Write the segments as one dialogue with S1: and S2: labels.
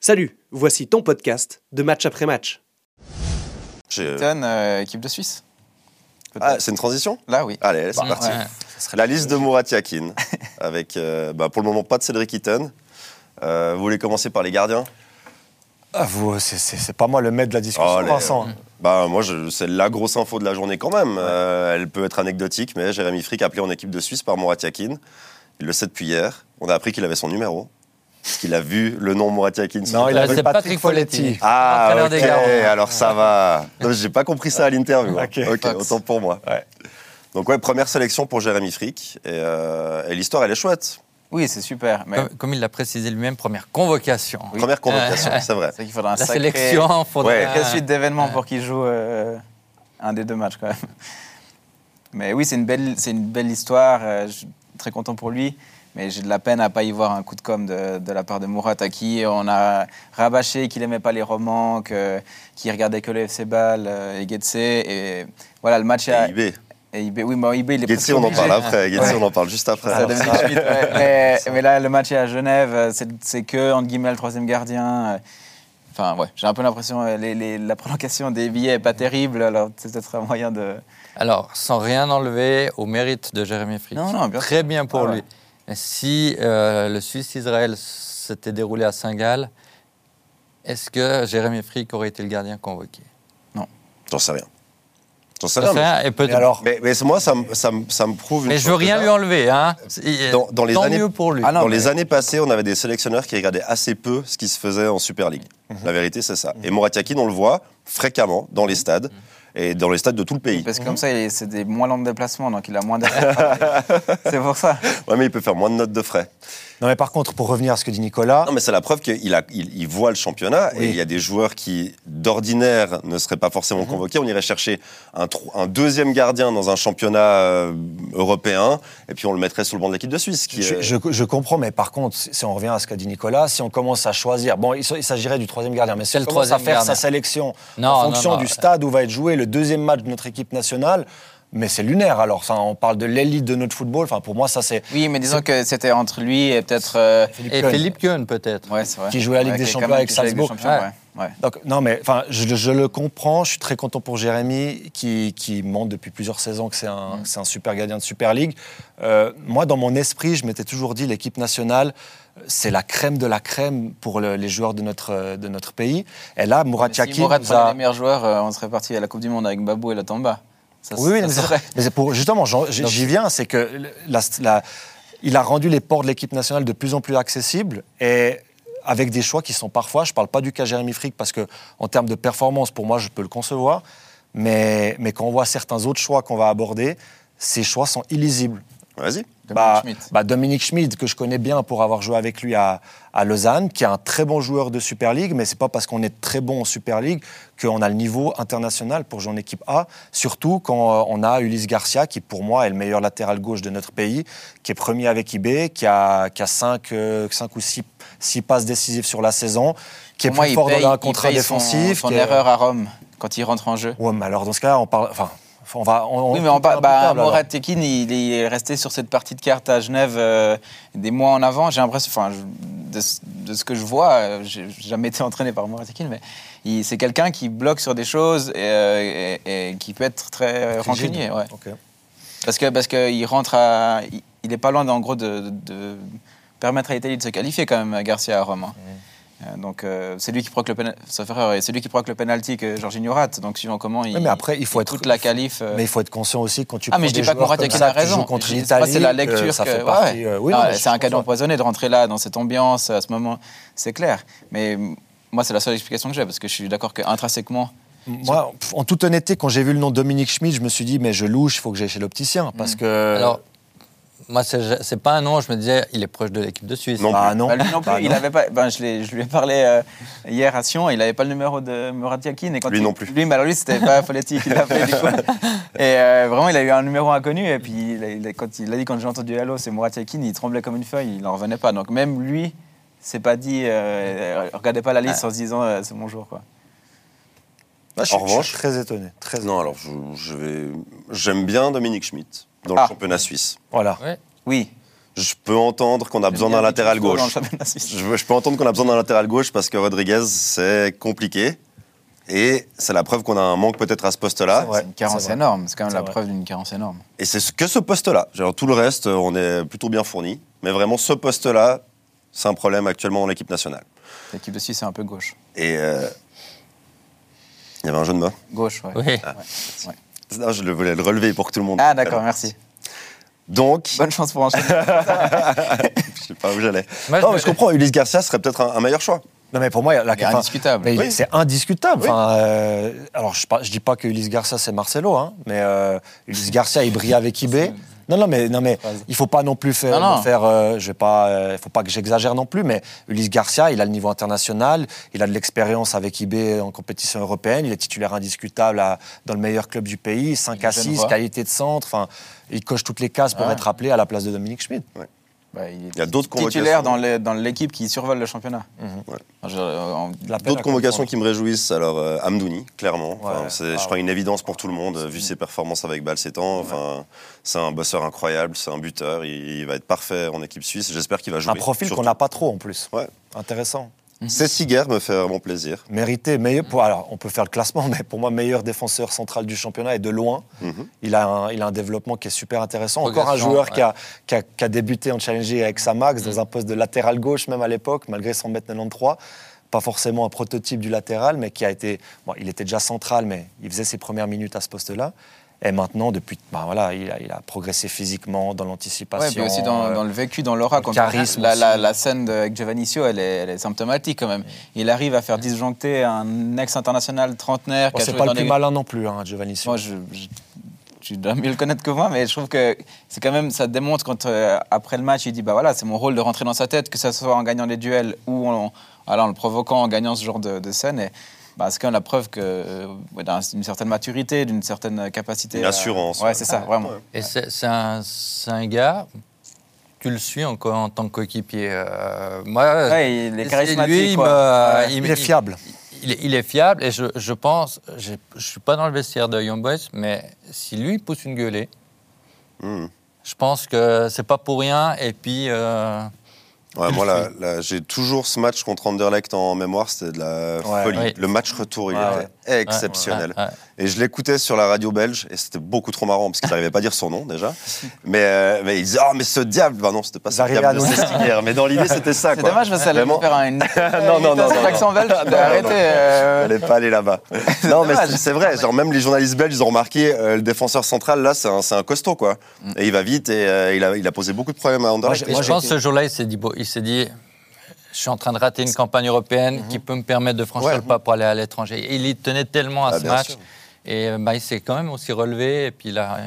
S1: Salut, voici ton podcast de match après match.
S2: J'ai-
S3: Eton, euh, équipe de Suisse.
S2: Ah, c'est une transition
S3: Là, oui.
S2: Allez, c'est
S3: Bah,
S2: parti.
S3: ouais.
S2: La liste de Murat Yakin, avec euh, bah, pour le moment pas de Cédric Eaton. Euh, vous voulez commencer par les gardiens
S4: Ah, vous, c'est- c'est c'est pas moi le maître de la discussion,
S2: Oh, les-
S5: Mm.
S4: Vincent.
S2: bah, Moi, je- c'est la grosse info de la journée quand même. Euh, elle peut être anecdotique, mais Jérémy Frick appelé en équipe de Suisse par Murat Yakin. Il le sait depuis hier. On a appris qu'il avait son numéro. Parce qu'il a vu le nom Murat Yakin sur
S4: Non,
S2: le
S4: il a
S2: tableau.
S4: c'est Patrick Folletti.
S2: Ah,
S5: Entraîneur
S2: ok,
S5: des gardiens.
S2: alors ça va. Non, J'ai pas compris ça à l'interview. hein.
S4: Ok.
S2: ok, autant pour moi.
S4: Ouais.
S2: Donc, ouais, première sélection pour Jérémy Frick. Et, euh, et l'histoire, elle est chouette.
S3: Oui, c'est super. Mais
S5: Comme, comme il l'a précisé lui-même, première convocation.
S2: Première convocation,
S5: Euh,
S2: c'est vrai.
S3: c'est qu'il faudra un
S5: la
S3: sacré,
S5: sélection, faudrait-
S3: une sacrée suite d'événements pour qu'il joue euh, un des deux matchs quand même. Mais oui, c'est une belle, c'est une belle histoire. euh, je suis très content pour lui. Mais j'ai de la peine à pas y voir un coup de com de, de la part de Mourat à qui on a rabâché qu'il aimait pas les romans, que, qu'il regardait que le FC Ball euh, et Getse. Et voilà, le match à-
S2: Et IB.
S3: et IB. Oui, mais IB, il est
S2: Getsi,
S3: presque
S2: on en
S3: obligé.
S2: parle après. Getsi, on en parle juste après.
S3: Ça,
S2: Alors,
S3: Dominique
S2: ça-
S3: Schmidt, ouais. mais, mais là, le match est à Genève, euh, c'est, c'est que, entre guillemets, le troisième gardien. euh, Enfin, ouais, j'ai un peu l'impression euh, les, les- la prolongation des billets n'est pas terrible, alors c'est peut-être un moyen de.
S5: Alors, sans rien enlever au mérite de Jérémy Frick.
S3: Non, non, bien sûr.
S5: Très bien pour
S3: Ah ouais.
S5: lui. Et Si euh, le Suisse-Israël s'était déroulé à Saint-Gall, est-ce que Jérémy Frick aurait été le gardien convoqué
S2: J'en sais rien. J'en sais rien.
S5: Ça fait un- et peut-
S4: Et alors
S2: Mais, mais c'est- moi, ça, me- ça, me- ça me prouve. une
S5: Mais je veux
S2: chose
S5: rien
S2: déjà.
S5: lui enlever. Hein. Il-
S2: Dans- dans les
S5: Tant
S2: années-
S5: mieux pour lui.
S3: Ah non,
S2: Dans
S3: mais-
S2: les années passées, on avait des sélectionneurs qui regardaient assez peu ce qui se faisait en Super League. La vérité, c'est ça. Et Moratiakin, on le voit fréquemment dans les stades et dans les stades de tout le pays.
S3: Parce que comme ça, il est- c'est des moins longs déplacements, donc il a moins de. c'est pour ça.
S2: Ouais, mais il peut faire moins de notes de frais.
S4: Non, mais par contre, pour revenir à ce que dit Nicolas,
S2: Non, mais c'est la preuve qu'il a- il, il voit le championnat
S4: Oui.
S2: et il y a des joueurs qui, d'ordinaire, ne seraient pas forcément convoqués. On irait chercher un, tro- un deuxième gardien dans un championnat euh, européen et puis on le mettrait sur le banc de l'équipe de Suisse. Qui,
S5: euh,
S4: je,
S2: est-
S4: je- je comprends, mais par contre, si si on revient à ce qu'a dit Nicolas, si on commence à choisir, bon, il, s- il s'agirait du troisième gardien, mais si
S5: C'est
S4: on
S5: le
S4: commence à
S5: troisième
S4: faire
S5: gardien.
S4: sa sélection
S5: Non,
S4: en
S5: non,
S4: fonction
S5: non.
S4: du stade où va être joué le deuxième match de notre équipe nationale, mais c'est lunaire alors. Ça, on parle de l'élite de notre football. Enfin, pour moi, ça, c'est
S3: Oui, mais disons que c'était entre lui et peut-être. euh,
S5: Et
S4: Kuhn.
S5: Philippe Kuhn, peut-être.
S3: ouais, c'est vrai.
S4: Qui jouait la Ligue
S3: Ouais,
S4: des
S3: qui est
S4: Champions
S3: quand même
S4: avec
S3: qui joue la Ligue des
S4: Salzbourg.
S3: Champions, ouais, ouais.
S4: Donc, non, mais enfin, je, je le comprends. Je suis très content pour Jérémy, qui, qui montre depuis plusieurs saisons que c'est un,
S3: Mm.
S4: c'est un super gardien de Super League. Euh, moi, dans mon esprit, je m'étais toujours dit l'équipe nationale, euh, c'est la crème de la crème pour le- les joueurs de notre, euh, de notre pays. Et là, Mourat
S3: Mais Si
S4: Yakin
S3: Mourat
S4: nous
S3: prenait
S4: a-
S3: les meilleurs joueurs, euh, on serait parti à la Coupe du Monde avec Babou et la Tamba. Ça,
S4: Oui, oui,
S3: ça
S4: mais c'est
S3: serait-
S4: mais c'est pour, justement, j'en- j'y j'y viens, c'est que la- la- il a rendu les ports de l'équipe nationale de plus en plus accessibles et avec des choix qui sont parfois, je ne parle pas du cas Jérémy Frick parce que en termes de performance, pour moi, je peux le concevoir, mais, mais quand on voit certains autres choix qu'on va aborder, ces choix sont illisibles.
S2: Vas-y.
S4: Bah,
S3: Dominique Schmidt.
S4: bah, Dominique Schmid, que je connais bien pour avoir joué avec lui à, à Lausanne, qui est un très bon joueur de Super League, mais c'est pas parce qu'on est très bon en Super League qu'on a le niveau international pour jouer en équipe A, surtout quand euh, on a Ulysse Garcia, qui pour moi est le meilleur latéral gauche de notre pays, qui est premier avec IB, qui a, qui a 5, ou 6, passes décisives sur la saison, qui est
S3: Pour moi,
S4: plus
S3: il
S4: fort
S3: paye-
S4: dans un
S3: il
S4: contrat
S3: paye son-
S4: défensif.
S3: Son,
S4: qui est-
S3: erreur à Rome, quand il rentre en jeu.
S4: Ouais, mais alors dans ce cas-là, on parle. Enfin, on va. on-
S3: oui, mais on
S4: parle
S3: parle. Bah,
S4: imputable, alors.
S3: Mourad Tekin, il, il est resté sur cette partie de carte à Genève euh, des mois en avant. J'ai l'impression, enfin, je- de, ce- de ce que je vois, euh, j'ai jamais été entraîné par Mourad Tekin, mais il- c'est quelqu'un qui bloque sur des choses et, euh, et- et qui peut être très euh,
S4: Rigide.
S3: rancunier. ouais.
S4: Ok.
S3: Parce que parce que il rentre à, il, il est pas loin d'en gros de, de- de permettre à l'Italie de se qualifier quand même Garcia à Rome. hein. Euh, Donc euh, c'est lui qui provoque le pénal- sauf erreur, et c'est lui qui provoque le penalty que Jorginho rate. Donc suivant comment il
S4: Oui, mais après, il faut être-
S3: toute la qualif. euh,
S4: Mais il faut être conscient aussi quand tu
S3: ah
S4: prends
S3: mais je
S4: des
S3: dis pas que
S4: joueurs
S3: Morata
S4: comme
S3: qui
S4: ça,
S3: a
S4: que tu joues
S3: raison.
S4: contre
S3: Je- je sais pas,
S4: l'Italie,
S3: C'est la
S4: que
S3: lecture
S4: ça
S3: que-
S4: fait
S3: ouais,
S4: partie,
S3: ouais.
S4: euh, oui,
S3: Ah
S4: non,
S3: ouais,
S4: mais je
S3: c'est un
S4: comprends.
S3: cadeau empoisonné de rentrer là dans cette ambiance à ce moment. C'est clair. Mais mm, moi c'est la seule explication que j'ai parce que je suis d'accord que intrinsèquement
S4: Moi, pff, en toute honnêteté, quand j'ai vu le nom de Dominique Schmidt, je me suis dit mais je louche, il faut que j'aille chez l'opticien
S3: Hmm.
S4: parce que
S5: Alors, moi, c'est c'est pas un nom, je me disais, il est proche de l'équipe de Suisse.
S2: Non.
S4: Bah, non.
S3: Bah, lui non plus,
S4: Bah,
S3: il avait pas. Ben, je, l'ai- je lui ai parlé euh, hier à Sion, il n'avait pas le numéro de Murat Yakin. Et quand
S2: Lui
S3: il-
S2: non plus.
S3: Lui, mais alors lui, c'était pas Folletti qui l'a fait, du coup. Et euh, vraiment, il a eu un numéro inconnu. Et puis, il a, il a- quand il a dit, quand j'ai entendu Hello, c'est Murat Yakin, il tremblait comme une feuille, il n'en revenait pas. Donc, même lui, s'est pas dit, euh, regardez pas la liste en se disant, euh, c'est mon jour, quoi.
S4: Bah, je, suis-
S2: en
S4: je
S2: revanche-
S4: suis très étonné, très
S2: Non, alors je, je vais. J'aime bien Dominique Schmidt dans
S3: Ah.
S2: le championnat suisse.
S4: voilà.
S5: Ouais.
S3: Oui.
S2: Je peux entendre qu'on a besoin d'un latéral
S3: Dans le
S2: gauche.
S3: championnat suisse.
S2: Je, je peux entendre qu'on a besoin d'un latéral gauche parce que Rodriguez, c'est compliqué. Et c'est la preuve qu'on a un manque peut-être à ce poste-là.
S4: C'est vrai.
S3: C'est une carence
S4: c'est vrai.
S3: énorme. C'est quand même
S4: C'est
S3: la
S4: vrai.
S3: preuve d'une carence énorme.
S2: Et c'est ce- que ce poste-là. Genre, Tout le reste, euh, on est plutôt bien fourni. Mais vraiment, ce poste-là, c'est un problème actuellement dans l'équipe nationale.
S3: L'équipe de Suisse est un peu gauche.
S2: Et euh, il y avait un jeu de mots.
S3: Gauche, ouais.
S5: Oui.
S2: Non, je le voulais le relever pour que tout le monde.
S3: Ah, d'accord, merci.
S2: Donc,
S3: Bonne chance pour enchaîner.
S2: je sais pas où j'allais.
S5: Moi, je
S2: Non,
S5: me-
S2: mais je comprends. Ulysse Garcia serait peut-être un, un meilleur choix.
S4: Non, mais pour moi, la
S3: Il est indiscutable.
S4: Ah, mais
S2: Oui.
S4: C'est indiscutable.
S2: Oui.
S4: Enfin, euh, alors, je ne dis pas que Ulysse Garcia, c'est Marcelo, hein, mais euh, Ulysse Garcia, il brille avec Ibé. Non, non, mais, non, mais il faut pas non plus faire.
S3: Non, non.
S4: faire euh, je vais pas, euh, faut pas que j'exagère non plus, mais Ulysse Garcia, il a le niveau international, il a de l'expérience avec Ibé en compétition européenne, il est titulaire indiscutable à- dans le meilleur club du pays, 5
S3: Il
S4: à
S3: gêne
S4: 6,
S3: pas.
S4: qualité de centre. Enfin, il coche toutes les cases pour
S2: Ah.
S3: Ouais.
S4: être appelé à la place de Dominique Schmidt.
S3: Bah, il est
S2: Il y a d'autres
S3: titulaire
S2: convocations.
S3: dans le- dans l'équipe qui survole le championnat.
S2: Ouais.
S3: Je- euh, en-
S4: De Mhm. la peine
S2: D'autres
S4: à
S2: convocations
S4: comprendre.
S2: qui me réjouissent, alors euh, Amdouni, clairement. Enfin,
S4: Ouais.
S2: c'est,
S4: Ah
S2: je crois une évidence pour tout le monde, euh, vu ses performances avec Bâle ces temps. Enfin, C'est un bosseur incroyable, c'est un buteur, il, il va être parfait en équipe suisse. J'espère qu'il va jouer.
S4: Un profil
S2: surtout.
S4: qu'on n'a pas trop en plus.
S2: Ouais.
S4: Intéressant.
S2: Cécile Guerre me fait vraiment plaisir.
S4: Mérité,
S3: Mm.
S4: meilleur, pour, alors on peut faire le classement, mais pour moi, meilleur défenseur central du championnat et de loin.
S2: Mhm.
S4: il, a un, il a un développement qui est super intéressant. Encore un
S5: Progression,
S4: joueur qui, a, qui, a, qui a débuté en challenger avec Samax
S3: Mm.
S4: dans un poste de latéral gauche, même à l'époque, malgré son mètre 93. Pas forcément un prototype du latéral, mais qui a été. Bon, il était déjà central, mais il faisait ses premières minutes à ce poste-là. Et maintenant, depuis. ben voilà, il a, il a progressé physiquement dans
S3: Ouais,
S4: l'anticipation.
S3: puis aussi dans,
S4: euh,
S3: dans le vécu, dans l'aura.
S4: le
S3: quand-
S4: charisme
S3: La, la-
S4: aussi. Mhm.
S3: la scène de, avec Giovannicio, elle est, elle est symptomatique quand même. Il arrive à faire disjoncter un ex-international trentenaire.
S4: bon,
S3: qui a
S4: c'est
S3: joué
S4: pas
S3: dans
S4: le plus
S3: les-
S4: malin non plus, hein, Giovanni.
S3: Moi, je, je- tu dois mieux le connaître que moi, mais je trouve que c'est quand même, ça démontre quand euh, après le match, il dit bah voilà, c'est mon rôle de rentrer dans sa tête, que ce soit en gagnant les duels ou en, voilà, en le provoquant, en gagnant ce genre de, de scène. Et, bah, c'est quand même la preuve que euh, ouais, d'un- d'une certaine maturité, d'une certaine capacité.
S2: Une
S3: à-
S2: assurance,
S3: Ouais,
S2: ouais.
S3: c'est ça, vraiment.
S5: Et c'est c'est un, c'est un gars, tu le suis en, co- en tant que coéquipier. Euh, moi,
S3: Ouais, il est
S5: c'est-
S3: charismatique.
S5: lui, il
S3: quoi.
S5: me-
S3: Ouais.
S5: il me-
S4: il est fiable.
S5: Il, est- il est fiable et je, je pense, j'ai- je ne suis pas dans le vestiaire de Young Boys, mais si lui pousse une gueulée,
S2: Mhm.
S5: je pense que c'est pas pour rien. Et puis, euh,
S2: Ouais,
S5: Je
S2: moi,
S5: le
S2: là, là, j'ai toujours ce match contre Anderlecht en mémoire, c'était de la
S4: Ouais. Ah
S2: folie.
S5: Ouais.
S2: Le match retour, il
S4: Ouais,
S2: était exceptionnel.
S5: ouais, ouais.
S2: Et je l'écoutais sur la radio belge, et c'était beaucoup trop marrant, parce qu'ils n'arrivaient pas à dire son nom déjà. Mais, euh, mais ils disaient, oh, mais ce diable Bah non, c'était pas
S4: Ils
S2: ce
S4: arrivaient
S2: diable de
S4: à nous-
S2: Sestinger. Mais dans l'idée, c'était ça.
S3: C'est
S2: quoi.
S3: dommage parce qu'elle allait
S2: Vraiment,
S3: faire un. Non,
S2: non, non, non, non.
S3: accent belge,
S2: Non, non,
S3: arrêtez.
S2: non.
S3: euh,
S2: Elle n'est pas allée là-bas. non, mais
S3: dommage.
S2: c'est- c'est vrai. Genre, même les journalistes belges, ils ont remarqué euh, le défenseur central, là, c'est un, c'est un costaud, quoi.
S4: Mm.
S2: Et il va vite, et euh, il, a, il a posé beaucoup de problèmes à Anderlecht.
S5: Et je pense que ce jour-là, il s'est dit, bon, il s'est dit, je suis en train de rater une campagne européenne qui peut me permettre de franchir
S2: Mhm. Ouais.
S5: le pas pour aller à l'étranger. Et Il y tenait tellement à
S2: Ah,
S5: ce
S2: bien
S5: match.
S2: sûr.
S5: Et euh, bah, il s'est quand même aussi relevé. Et puis, il a,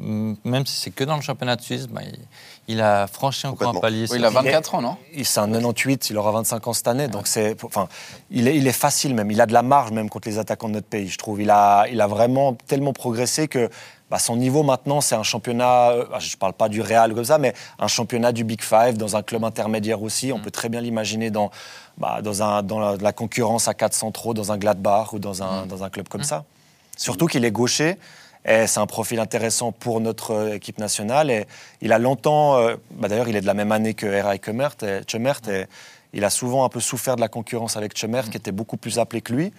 S5: euh, même si c'est que dans le championnat de Suisse, bah, il, il a franchi encore un
S2: Complètement.
S5: palier.
S3: Oui, il a
S5: Ça-
S3: 24 ans, non
S4: Il- C'est un 98, il aura 25 ans cette année, donc c'est, enfin, il est, il est facile même. Il a de la marge même contre les attaquants de notre pays, je trouve. Il a, il a vraiment tellement progressé que bah, son niveau maintenant, c'est un championnat. euh, Je ne parle pas du Real comme ça, mais un championnat du Big Five dans un club intermédiaire aussi. On peut très bien l'imaginer dans, bah, dans, un, dans la, la concurrence à 4 centraux, dans un Gladbach ou dans un, dans un club comme ça. Surtout qu'il est gaucher. Et c'est un profil intéressant pour notre euh, équipe nationale. Et il a longtemps, euh, bah d'ailleurs, il est de la même année que R.I. Kemert. Et, Chemert, et il a souvent un peu souffert de la concurrence avec Chemert, qui était beaucoup plus appelé que lui.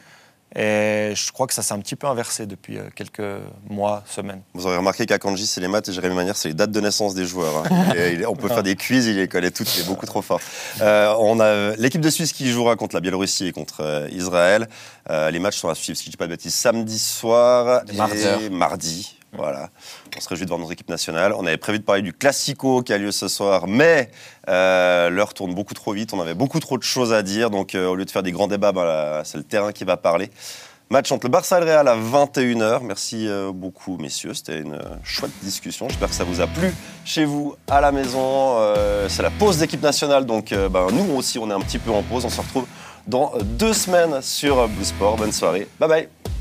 S4: Et je crois que ça s'est un petit peu inversé depuis euh, quelques mois, semaines.
S2: Vous aurez remarqué qu'à Kanji, c'est les maths et Jérémy Manière, c'est les dates de naissance des joueurs. hein. Et il est- on peut faire des quiz, il les connaît toutes, il est beaucoup trop fort. Euh, on a euh, l'équipe de Suisse qui jouera contre la Biélorussie et contre euh, Israël. Euh, les matchs sont à suivre, si je ne dis pas de bêtises, samedi soir et
S3: Mardi.
S2: mardi. Voilà. On se réjouit de voir notre équipe nationale. On avait prévu de parler du Classico qui a lieu ce soir, mais euh, l'heure tourne beaucoup trop vite. On avait beaucoup trop de choses à dire. Donc, euh, au lieu de faire des grands débats, ben, là, c'est le terrain qui va parler. Match entre le Barça et le Real à 21h. Merci euh, beaucoup, messieurs. C'était une euh, chouette discussion. J'espère que ça vous a plu chez vous, à la maison. Euh, c'est la pause d'équipe nationale. Donc, euh, ben, nous aussi, on est un petit peu en pause. On se retrouve dans euh, deux semaines sur euh, Blue Sport. Bonne soirée. Bye bye.